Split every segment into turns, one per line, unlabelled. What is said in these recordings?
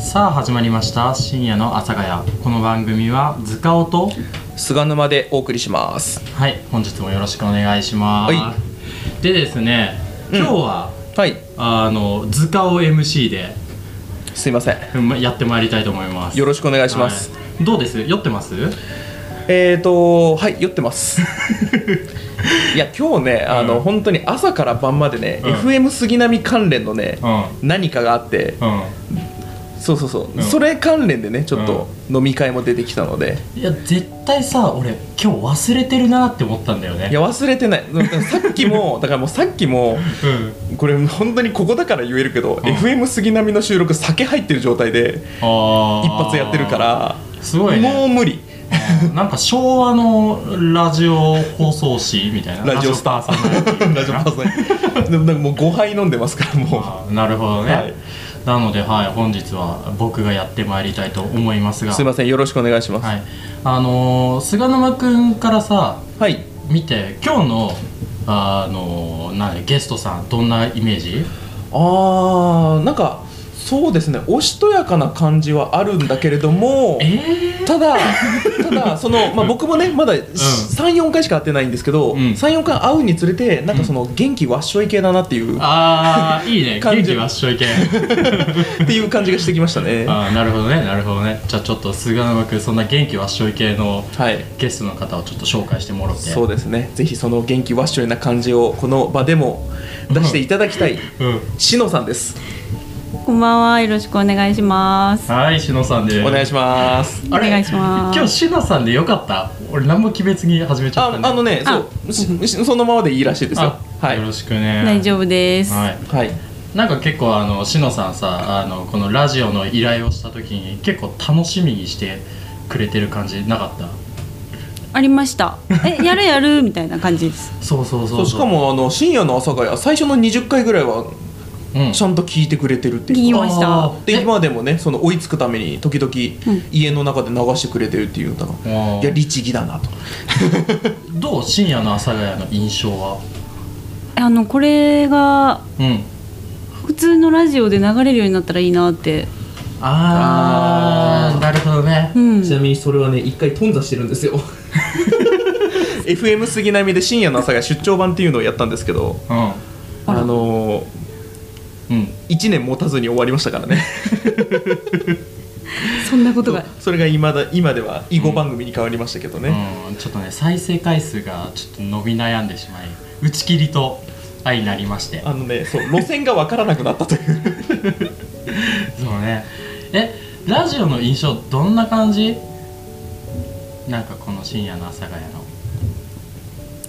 さあ始まりました深夜の阿佐ヶ谷この番組は図鑑と
菅沼でお送りします
はい本日もよろしくお願いします、
は
でですね今日は、
はい
あの図鑑 MC です
いません
うんまやってまいりたいと思います
よろ
しく
しくお願いします、
どうです酔ってます
えーとはい酔ってます いや今日ねあの、
うん
本当に朝から晩までね、
うん
FM 杉並関連のね、
う
何かがあって
うん
そうそうそう、
うん
それ関連でねちょっと飲み会も出てきたので、
いや絶対さ俺今日忘れてるなって思ったんだよね
いや忘れてないうんさっ きもだからもうさっきも
うん
これ本当にここだから言えるけど、FM 杉並の収録酒入ってる状態で
あー
一発やってるから
すごいね
もう無理
うんなんか昭和のラジオ放送誌みたいな
ラジオスター
ラジオスターさんのやつ
ラジオパーソナリティでもなんかもう5杯飲んでますからも
あーなるほどね、
はい
なので、はい、本日は僕がやってまいりたいと思います
う
が
すいませんよろしくお願いします
はいあのー菅沼君からさ
はい
見て今日のあのーなんだゲストさんどんなイメージ
あーなんかそうですねおしとやかな感じはあるんだけれども
え
ただただ その、まあ、僕もねまだ34回しか会ってないんですけど、
うん
34回会うにつれてなんかその元気わっしょい系だなっていう、
ー、あーいいね
感
元
じ
気わっしょい系
っていう感じがしてきましたねは
あーなるほどねなるほどねじゃあちょっと菅沼君そんな元気わっしょい系の
い
ゲストの方をちょっと紹介してもらって
そうですねぜひその元気わっしょいな感じをこの場でも出していただきたい
うん
しのさんです
こんばんは、よろしくお願いします。
はいしのさんで
お願いします
あれ
お願いします
今日しのさんでよかった俺何も決めずに始めちゃ
あ
ったんで
あのねそうししそのままでいいらしいですよ
あ
はい
よろしくね
大丈夫です。
はい
はい
なんか結構あのしのさんさあのこのラジオの依頼をした時に結構楽しみにしてくれてる感じなかった
ありました。え、やるやるみたいな感じです。
そうそうそ
そううしかもあの深夜の朝が最初の20回ぐらいは
うん
ちゃんと聞いてくれてるって
聞
い
き
う
ました。
あ
あ
で今でもねその追いつくために時々
うん
家の中で流してくれてるっていうのが、
あー
いや律儀だなと
どう深夜の阿佐ヶ谷の印象は
の、これが
うん
普通のラジオで流れるようになったらいいなって。
あー
あー
なるほどね
うん。
ちなみにそれはね一回頓挫してるんです よ
FM 杉並で深夜の朝が出張版っていうのをやったんですけど
うん
あ
う
のー、
ん
1年持たずに終わりましたからね
そんなことが。
それが今だ今では囲碁番組に変わりましたけどね、
うん、ちょっとね再生回数がちょっと伸び悩んでしまい打ち切りと相なりまして
あのねそう路線が分からなくなったと いう
そうねえラジオの印象どんな感じなんかこの深夜の阿佐ヶ谷の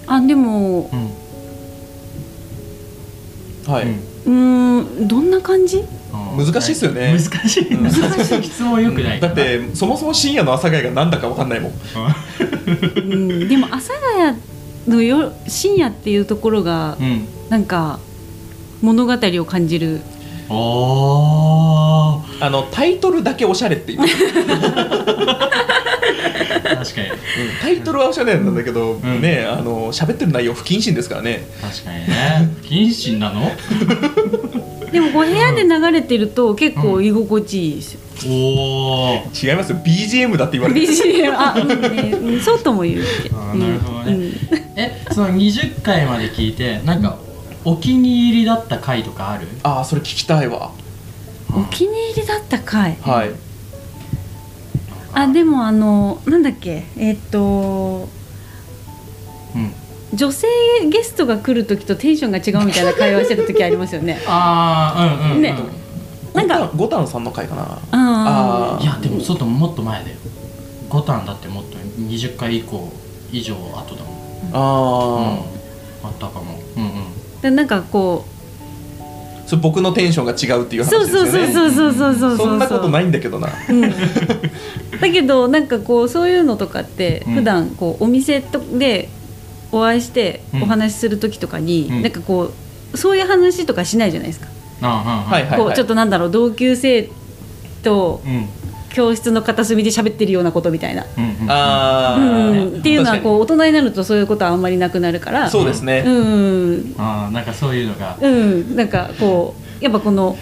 あ、でも、
うん
はい、
う
うーん、どんな感じ。
ん
難しいっすよね
難しい
うん
難しい質問よくないか
だ
な
ってそもそも深夜の朝会がなんだかわかんないもん
うん、でも、阿佐ヶ谷のよ、深夜っていうところが
う、ん
なんか。物語を感じる。
おー
あのタイトルだけおしゃれっていう、うん
確かに
タイトルはおしゃれなんだけど、
ん
ねあの喋ってる内容不謹謹ですからね
確かにね不謹慎なの
でも、こう部屋で流れてると、結構居心地いいですよ。
おー
違いますよ BGM だって言われてる
BGM あ、うんね うん、そうとも言うって
あーなるほどね
うんうん
えその20回まで聞いてなんかお気に入りだった回とかある
ああそれ聞きたいわ
お気に入りだった回
はい
あでもあのなんだっけえっと
うん
女性ゲストが来る時とテンションが違うみたいな会話してた時あります よね
ああうんうん、うん、
ねなんか
ゴタンさんの回かな
あ
あ
いやでもちょっともっと前だよ五反だってもっと20回以降以上後だもん、う
あ
ん、あったかもうんうん
ーでなんかこ
あ、それ僕のテンションが違うっていう
う
話
そう
ですよ
そう
ね
そうそうそうそうそう、
そんなことないいんだけどな
うん、だけどなんかこうそういうのとかって
うん
普段こうお店とでお会いして
うん
お話しする時とかに、
うん
なんかこうそういう話とかしないじゃないですか
ああ
はいはい
こうちょっとなんだろう同級生と
うん
教室の片隅で喋ってるようなことみたいな、
うんうん
あ
う
あ、
ん、っていうのは
確かに
こう大人になるとそういうことはあんまりなくなるから
そうですね、
うん
ああなんかそういうのが
うんなんかこうやっぱこの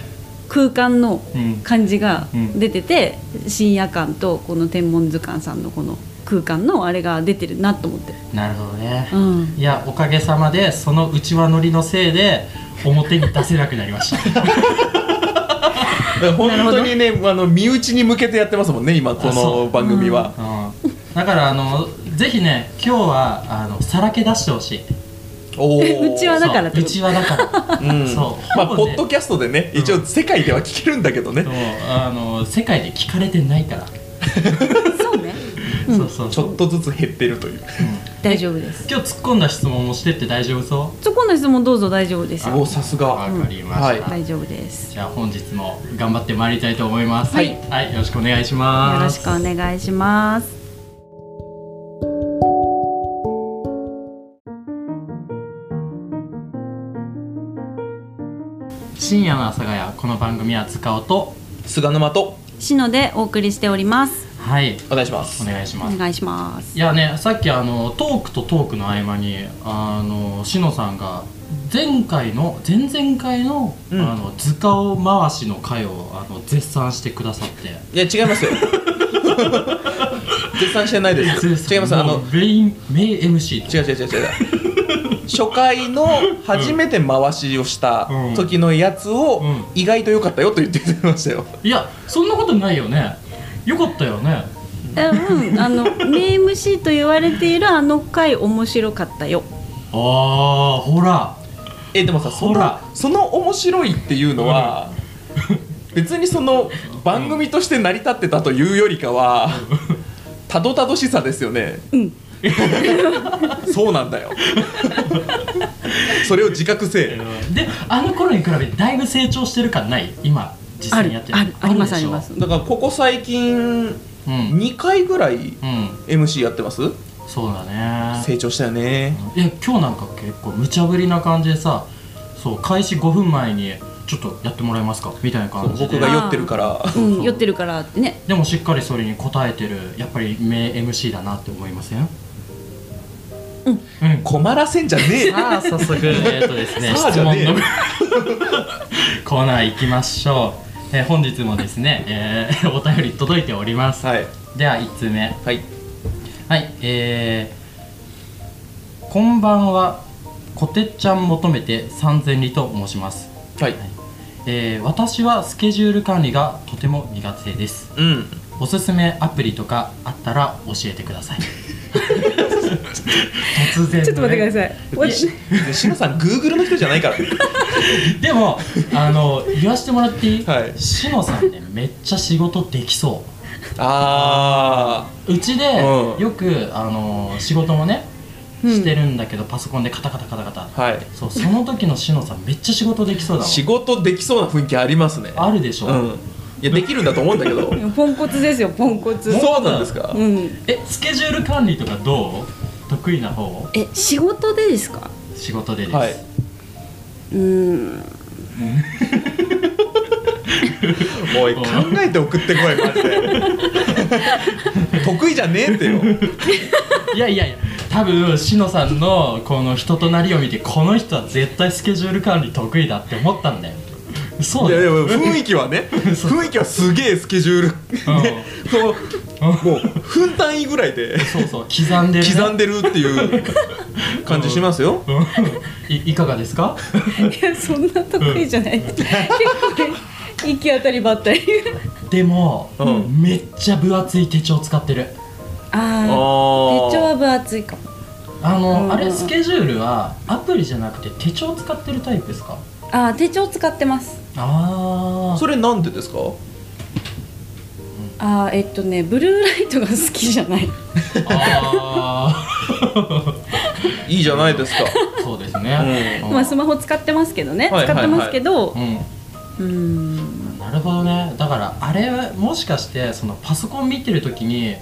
空間の
うん
感じが
うん
出てて、深夜感とこの天文図鑑さんのこの空間のあれが出てるなと思って、
なるほどね、
うん、
いやおかげさまでそのうちわ乗りのせいで表に出せなくなりました
だから本当にねあの身内に向けてやってますもんね今こ
あそ
の
う
番組は、
うんだからあのぜひね今日はあのさらけ出してほしい
おー
うちわだから
そ
って
うう
こと
ちわだから
うん
そう
まあ、
ほ
ポ
ぼ
ッ
ね
ドキャストでね一応世界では聞けるんだけどね、
そうあの世界で聞かれてないから、
そうね
そうそう
ち
そう
ょっとずつ減ってるという
大丈夫です
今日突っ込んだ質問もしてって大丈夫そ
そこの質問どうぞ大丈夫です
お
よ
さす
う
が
わかりました、
はい
大丈夫です
じゃあ本日も頑張ってまいりたいと思います
はい、
はい、よろしくお願いし
よ
ま
ろ
す
しくお願いします
深夜の阿佐ヶ谷この番組は塚尾と
菅沼と
シノでお送りしております
はい
お願いします
お願いします
お願いします
いやねさっきあのトークとトークの合間にあのしのさんが前回の前々回の,、
うん
あの図鑑回しの回をあの絶賛してくださって
いや違いますよ絶賛してないです違いますあ
も
の
うメインメイン MC
違う違う違う違う初回の初めて回しをした
うん
時のやつを
うん
意外と良かったよと言ってくれましたよ
いやそんなことないよねよかったよね
えうん、 あの名 MC と言われているあの回面白かったよ
あーほら
えでもさそ
ほ
の
ら
その面白いっていうのは、 別にその番組として成り立ってたというよりかは、たどたどしさですよね
うん
そうなんだよそれを自覚せえ
であの頃に比べてだいぶ成長してる感ない今実
あ
際
る
にやって
あるありますありま
る
す
だからここ最近
でしょうん、
2回ぐらい
うん、
MC やってます
そうだね
成長したよね
え今日なんか結構無茶ぶりな感じでさそう開始5分前にちょっとやってもらえますかみたいな
そう
感じ
僕
で
が酔ってるから
うん、酔ってるからってね
でもしっかりそれに応えてるやっぱり名 MC だなって思いません
うん
うん
困らせんじゃねえよ
さあ早速えっとですね
さあ
質
じゃ
問
ねえよ
の コーナー行きましょう、えー本日もですね、えーお便り届いております、
はい
では1通目
はい
はいえー、こんばんはこてっちゃん求めて三千里と申します、
はい
えー私はスケジュール管理がとても苦手です
うん
おすすめアプリとかあったら教えてくだ さい突然、ね、
さい
私
志さん Google の人じゃないから
でもあの言わしてもらっていい、
はい
しのさんねめっちゃ仕事できそ
あ
ううちで
うん
よくあの仕事もね
うん
してるんだけど、パソコンでカタカタカタカタ
あはい
そうその時のしのさんめっちゃ仕事できそうだわ
仕事できそうな雰囲気ありますね
あるでしょ、
うんいやできるんだと思うんだけど
ポンコツですよポンコツ
そうなんですか
うん、
えスケジュール管理とかどう得意な方
え仕事でですか
仕事でです、
はい
うん
おい考えて送ってこいマジで 得意じゃねえってよ
いやいやいや多分しのさんのこの人となりを見てこの人は絶対スケジュール管理得意だって思ったんだよそう
い
だ
やいや
よ
雰囲気はね雰囲気はすげえスケジュールね そのもう分単位ぐらいで
そうそう刻んでる、ね、
刻んでるっていう感じしますよ
うんいい かがですか
いやそんな得意じゃない、結構行き当たりばったり
でも、
うん
めっちゃ分厚い手帳使ってる
あ
ああ
ー
手帳は分厚いかも
あの、
うん
あれスケジュールはアプリじゃなくて手帳使ってるタイプですか
あー手帳使ってます
ああ
それなんでですか
あーえっとねブルーライトが好きじゃない
あ
いいじゃない ですか
ー そうですね、うん
まあスマホ使ってますけどね、
はい
使ってますけ
う
ど、うん
んなるほどねだからあれはもしかしてそのパソコン見てる時に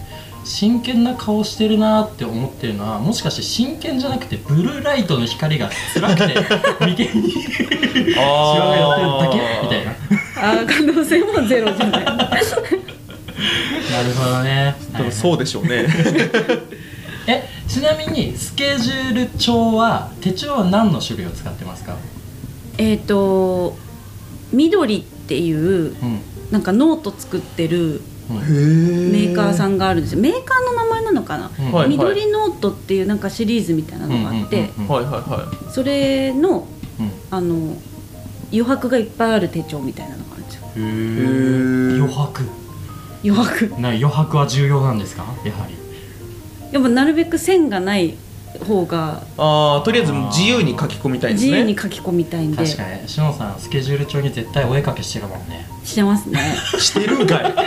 真剣な顔してるなって思ってるのはもしかして真剣じゃなくてブルーライトの光が辛くて眉間に シワが寄ってるだけみたいな
あー 可能性もゼロじゃない
なるほどね
多分そう
で
でしょうね
えちなみにスケジュール帳は手帳は何の種類を使ってますか
えっと緑っていう
うん
なんかノート作ってるメ
メ
ーカーさ
ん
んがあるんですよメーカーの名前なのかな、
うん
はい
緑ノートっていうなんかシリーズみたいなのがあって、
うんうんうん
はいはいはい
それの
うん
あの余白がいっぱいある手帳みたいなのがあるんですよ
へー
ー
余白
余白
な余白は重要なんですかやはり
やっぱなるべく線がない方が
ああとりあえず自由に書き込みたいんです
自
ね
由に書き込みたいんで
確かにしのさんスケジュール帳に絶対お絵かきしてるもんね
してますね
してるんかい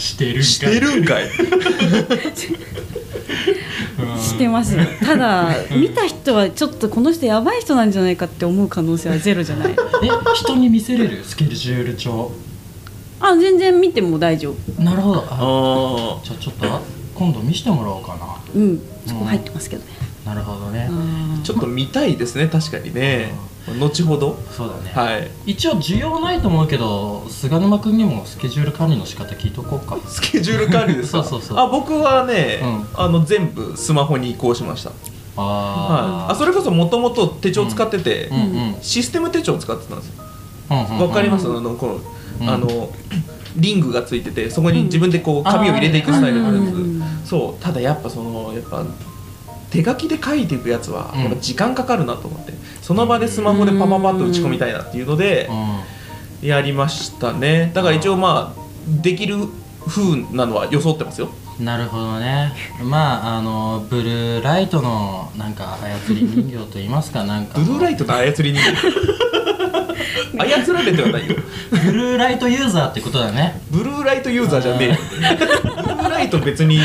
してる ん
してるんかい
してますよただ見た人はちょっとこの人やばい人なんじゃないかって思う可能性はゼロじゃない
え人に見せれるスケジュール帳
あ全然見ても大丈夫
なるほどあ
あ
じゃあちょっと今度見せてもらおうか
うんそこ入ってますけどね、
ななるほどね
あ
あ
ー
ちょっと見たいですね確かにね後ほど
そうだね、
はい
一応需要ないと思うけど菅沼君にもスケジュール管理の仕方聞いとこうか
スケジュール管理ですか
そうそうそう
あ僕はね、
う
あの全部スマホに移行しました、
あ
はい、あそれこそもともと手帳使ってて、
うんうんうん
システム手帳使ってたんですよ
うん
わ、かります
う
あのこ
うん
のあのリングがついててそこに自分でこう紙を入れていくスタイルのあるやつ、
うん
そうただやっぱそのやっぱ手書きで書いていくやつは
うん
やっぱ時間かかるなと思って、その場でスマホでパパパッと打ち込みたいなっていうので
う
やりましたねだから一応まあできる風なのは装ってますよ
んなるほどねまああのブルーライトのなんか操り人形といいますかなんか
ブルーライトの操り人 形操られてはないよ
ブルーライトユーザーってことだね
ブルーライトユーザーじゃねえよブルーライト別に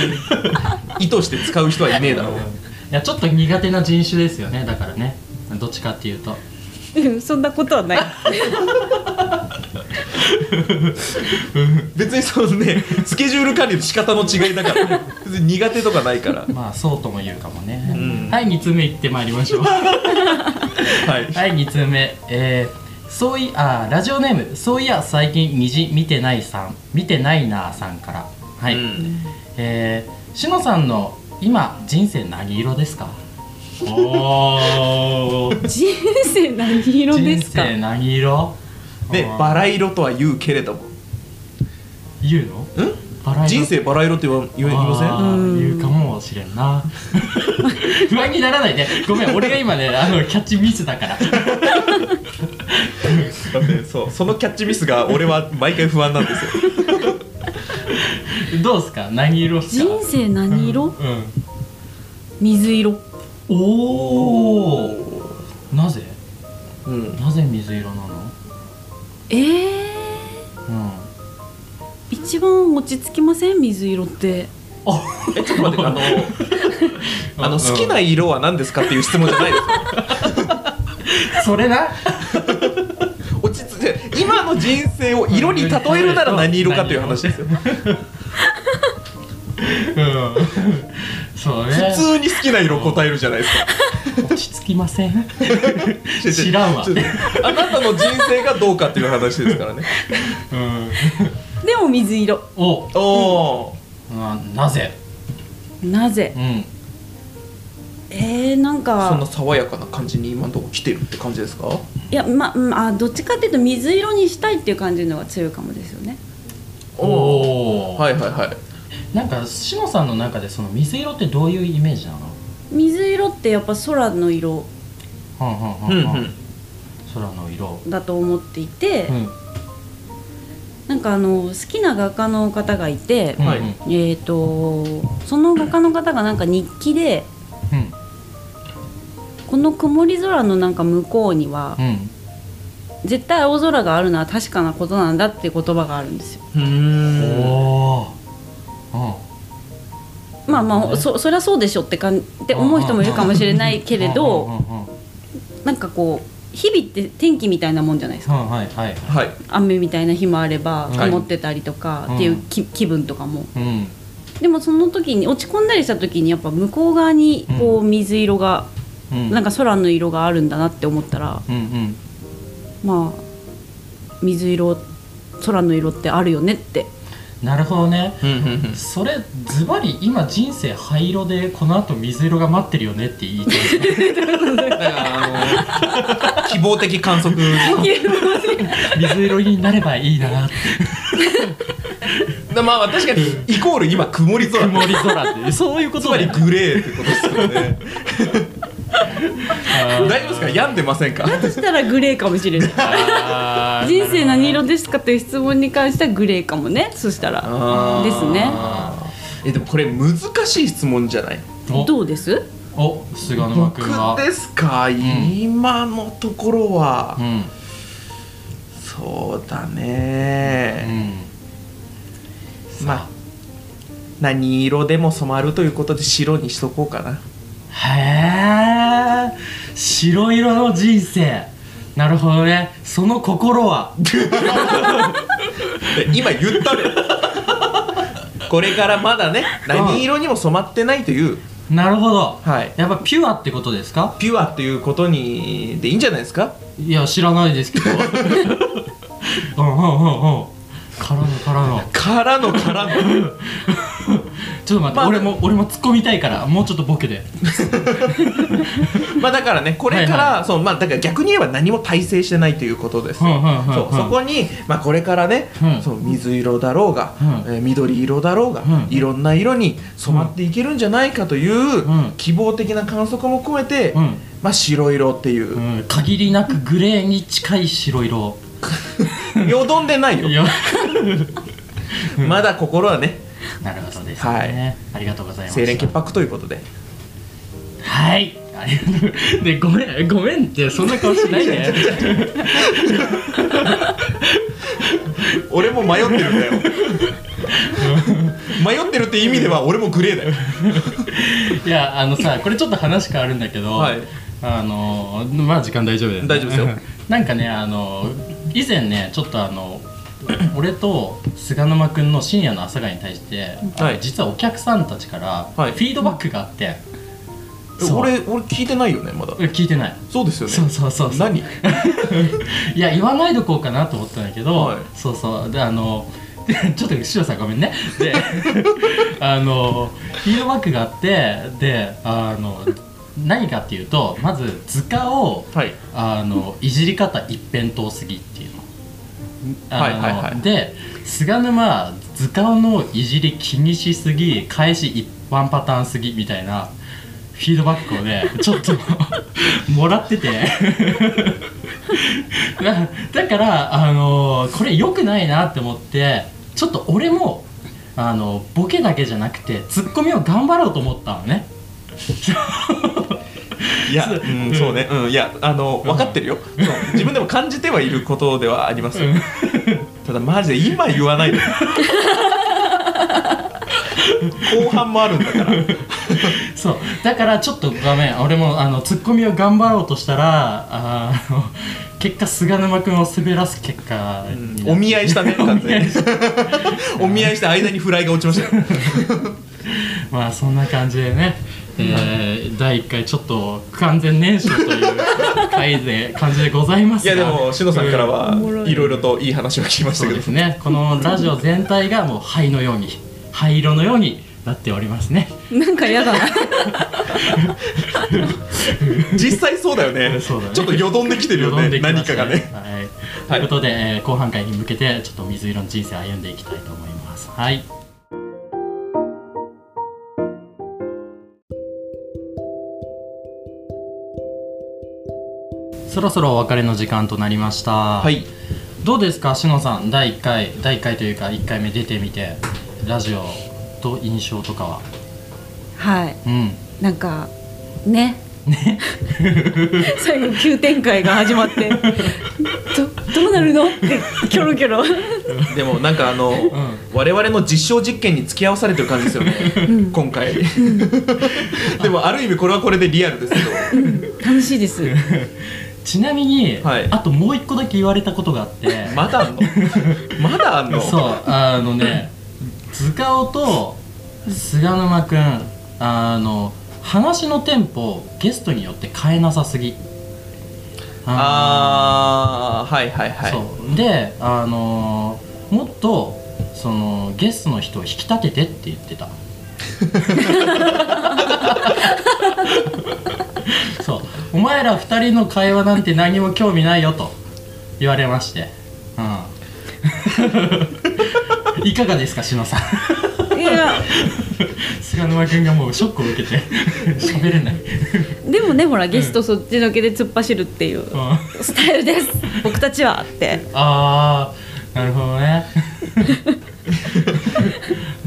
意図して使う人はいねえだろう
いやちょっと苦手な人種ですよねだからねどっちかっていうと
うん そんなことはない
別にそのねスケジュール管理の仕方の違いだからね別に苦手とかないから
まあそうとも言うかもね、
うん
はい2通目いってまいりましょう
はい
はい2通目えー、そういあーラジオネームそういや最近虹見てないさん見てないなーさんからはい、
うん
えー、しのさんの今人生何色ですかおー
人生何色で
人
すか
生何色
で
あー
バラ色とは言うけれども
言うのバラ色
人生バラ色って言わ言いませ
あ
ん
ー言うかもしれん な不安にならないでごめん俺が今ねあのキャッチミスだから
だってそうそのキャッチミスが俺は毎回不安なんですよ
どうすか何色っすか
人生何色、
うん
水色
おおなぜ
うん
なぜ水色なの
ええ
うん
一番落ち着きません水色って
えちょっと待って あのあの好きな色は何ですかっていう質問じゃないです
それな
落ち着いて今の人生を色に例えるなら何色かという話ですよ普
うんそうね
通に好きな色答えるじゃないですか
落ち着きません 知らんわ
ちょっとあなたの人生がどうかっていう話です からね
うん
でも水色
お
おお
うんなぜ
なぜ
うん
えー、なん
そんな
か
爽やかな感じに今のとこ来てるって感じですか
いやまうんあどっちかっていうと水色にしたいっていう感じのが強いかもですよね
お
お
お
はい
はいはいはい
なんかしのさんの中でその水色ってどういうイメージなの
水色ってやっぱ空の色
うん
うん
う
うん
うん
ん
空の色
だと思っていて、
うん
なんかあの好きな画家の方がいて、
うん
はい
えっ、とその画家の方がなんか日記で
うん
この曇り空のなんか向こうには
うん
絶対青空があるのは確かなことなんだっていう言葉があるんですよ
う
うん
ーん
おー
まあまあそそりゃそうでしょってかんって思う人もいるかもしれないけれ
うんう
ど
んうんうん
なんかこう日々って天気みたいなもんじゃないですか
うんはいはい
はい
雨みたいな日もあれば
はい
曇ってたりとか
うん
っていうき、気分とかも
うん
でもその時に落ち込んだりした時にやっぱ向こう側にこう水色が、
うん
なんか空の色があるんだなって思ったら
うんうん
まあ水色空の色ってあるよねって
なるほどね
うんうん うん
それズバリ今人生灰色でこの後水色が待ってるよねって言いたい
だからあの希望的観測
水色になればいいなって
でまあ確かにイコール今曇り空
曇り空っていう そういうこ
つ
と
ま
だ
り
よ
グレーってことですよね
あ
大
ー
丈夫ですか病んでませんか
そしたらグレーかもしれない
あー
人生何色ですかという質問に関してはグレーかもねそした
あ
ら
ー
ですね
えでもこれ難しい質問じゃない
どうです
おお菅沼
僕
君は
ですか、今のところは、
うん
そうだ
う
ね、
ん
まあ何色でも染まるということで白にしとこうかな
へえ白色の人生なるほどねその心は
今言ったね これからまだね何色にも染まってないという、
なるほど
はい
やっぱピュアってことですか
ピュアということにでいいんじゃないですか
いや知らないです けどうんうんうんうんからのからの
からのからの
ちょっと待って、
まあ
俺も俺も突っ込みたいからもうちょっとボケで
まあだからねこれから、
はい
そうまあだから逆に言えば何も体制してないということですよ、
うんうんうんうん
そうそこに、まあ、これからね、
うん
そう水色だろうが、
うん
えー緑色だろうが、
うん
いろんな色に染まっていけるんじゃないかという、
うん
希望的な観測も込めて、
うん
まあ白色っていう
う、ん限りなくグレーに近い白色
よどんでないよ
いや
まだ心はね
なるほどです
は
ね、ありがとうございま
清廉潔
す
白ということで
はいありがとうでごめんごめんってそんな顔しないで
俺も迷ってるんだよ迷ってるって意味では俺もグレーだよ
いやあのさこれちょっと話変わるんだけど、
はい
あのまあ時間大丈夫だよね
大丈夫ですよ
なんかねあの以前ねちょっとあの俺と菅沼君の深夜の朝会に対して、
はい
あの実はお客さんたちからフ
はい
ィードバックがあって、
え
そう
俺俺聞いてないよねまだ
え聞いてない
そうですよね
そうそうそうそう
何
いや言わないでおこうかなと思ったんだけど、
はい
そうそうであの でちょっとシロさんごめんねで あのフィードバックがあってであの何かっていうとまず図鑑を
はい
あのいじり方一辺倒すぎっていうの。
はい
あの
はいはい
で菅沼図鑑のいじり気にしすぎ返し一般パターンすぎみたいなフィードバックを ねちょっともらっててなだから、あのこれ良くないなって思ってちょっと俺も、あのボケだけじゃなくてツッコミを頑張ろうと思ったのね。
いや、うん、そうね、うん、いや、あの、分かってるよ。そう自分でも感じてはいることではありますよ。ただ、マジで今言わないで。後半もあるんだから。
そうだからちょっと画面俺もあのツッコミを頑張ろうとしたらあーあの結果菅沼君を滑らす結果にな
お
っ
見合いしたね、完全 に。お見合いした間にフライが落ちましたよ。
まあそんな感じでね、えー、第1回ちょっと完全燃焼という回で感じでございます
い
が
や、でも、しのさんからは
おもろ、い
いろいろといい話を聞きまし
そ
た
う
け
で
ど
す。ねこのラジオ全体がもう灰のように灰色のようになっておりますね
なんか嫌だな
実際そうだよね。ち
そ
ょ
うだね
っとよどんできてるよ
よどん
ね、
できま
何
す
かがね。
はい、と
はい
いうことで、えー後半回に向けてちょっと水色の人生歩んでいきたいと思いますはいそろそろお別れの時間となりました、
は、
はいどうですかしのさん第1回第1回というか1回目出てみてラジオと印象とかは
はい
うん
なんかねね 最後急展開が始まってどどうなるのってキョロキョロ
でも、なんか、あの。
うん
我々の実証実験に付き合わされてる感じですよね、今回 でもある意味これはこれでリアルですけど
楽しい です
ちなみに、
はい
あともう1個だけ言われたことがあって
まだあんのまだあんの
そうあのね塚尾と菅沼君あの話のテンポをゲストによって変えなさすぎ
あーはいはいはい
そうであのーもっとそのゲストの人を引き立ててって言って たそうお前ら二人の会話なんて何も興味ないよと言われましてうん いかがですか篠さん
いや
菅沼君がもうショックを受けて 喋れない
でもねほらゲストそっちのけで突っ走るっていう
あ
スタイルです 僕たちはって
あーなるほどね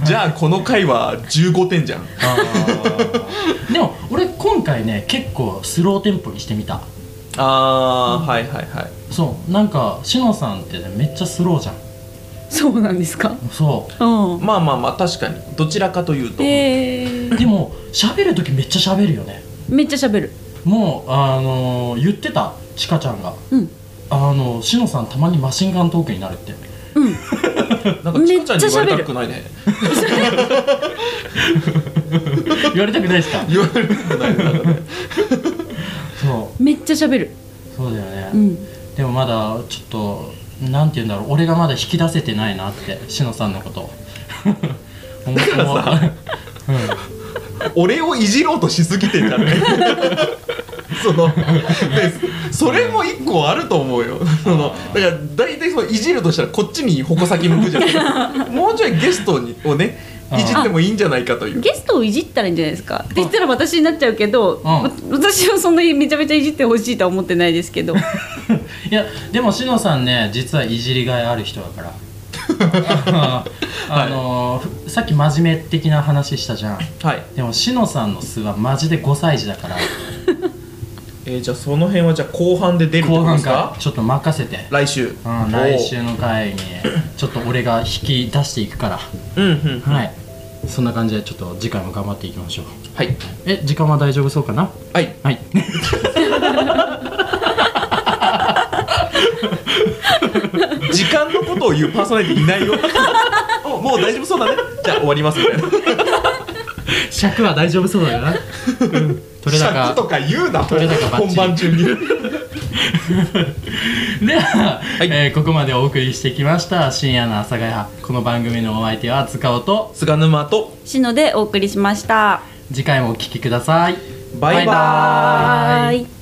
じゃあこの回は15点じゃん
あーでも俺今回ね結構スローテンポにしてみた
あーはいはいはい
そうなんか篠さんってねめっちゃスローじゃん
そうなんですか
そ
うん
まあまあまあ確かにどちらかというと、
え
う
ー、
でも喋る時めっちゃ喋るよね
めっちゃ喋る
もうあのー言ってたちかちゃんが
うん
あの篠さんたまにマシンガントークになるって
うん
なんかちかちゃんに言われたくないね
言われたくないですか
言われたくないなんかね
そ
めっちゃ喋る
うそうだよね、
うん
でもまだちょっとなんて言うんだろう俺がまだ引き出せてないなってしのさんの こと思っても
だからさ俺をいじろうとしすぎてん じゃないそのでそれも一個あると思うよそのだから大体そのいじるとしたらこっちに矛先向くじゃ ないもうちょいゲストにをね
あー
いじってもいいんじゃないかという
ゲストをいじったらいいんじゃないですかって言ったら私になっちゃうけど、わ私はそんなにめちゃめちゃいじってほしいとは思ってないですけ ど
いやでもしのさんね実はいじりがいある人だ からあのーさっき真面目的な話したじゃん
はい、
でもしのさんの巣はマジで5歳児だから
えーじゃあその辺はじゃあ後半で出るってこ
後
とで
半
す
か
から
ちょっと任せて、
来週、
うん、来週の回にちょっと俺が引き出していくから
おーうんうん
はいそんな感じでちょっと次回も頑張っていきましょう
はい
え時間は大丈夫そうかな
はい
はい
時間のことを言うパーソナリティい ないよおもう大丈夫そうだねじゃあ終わりますみたいな
尺は大丈夫そうだよな、うん、取れ
尺と
高
か言うな
取れ高バッチリ
本番中に
では、
い
えーここまでお送りしてきました深夜の朝ヶ谷この番組のお相手は塚尾と
菅沼と
しのでお送りしました
次回もお聴きください
バ
バ
イバ
イバーイ
イ
はーい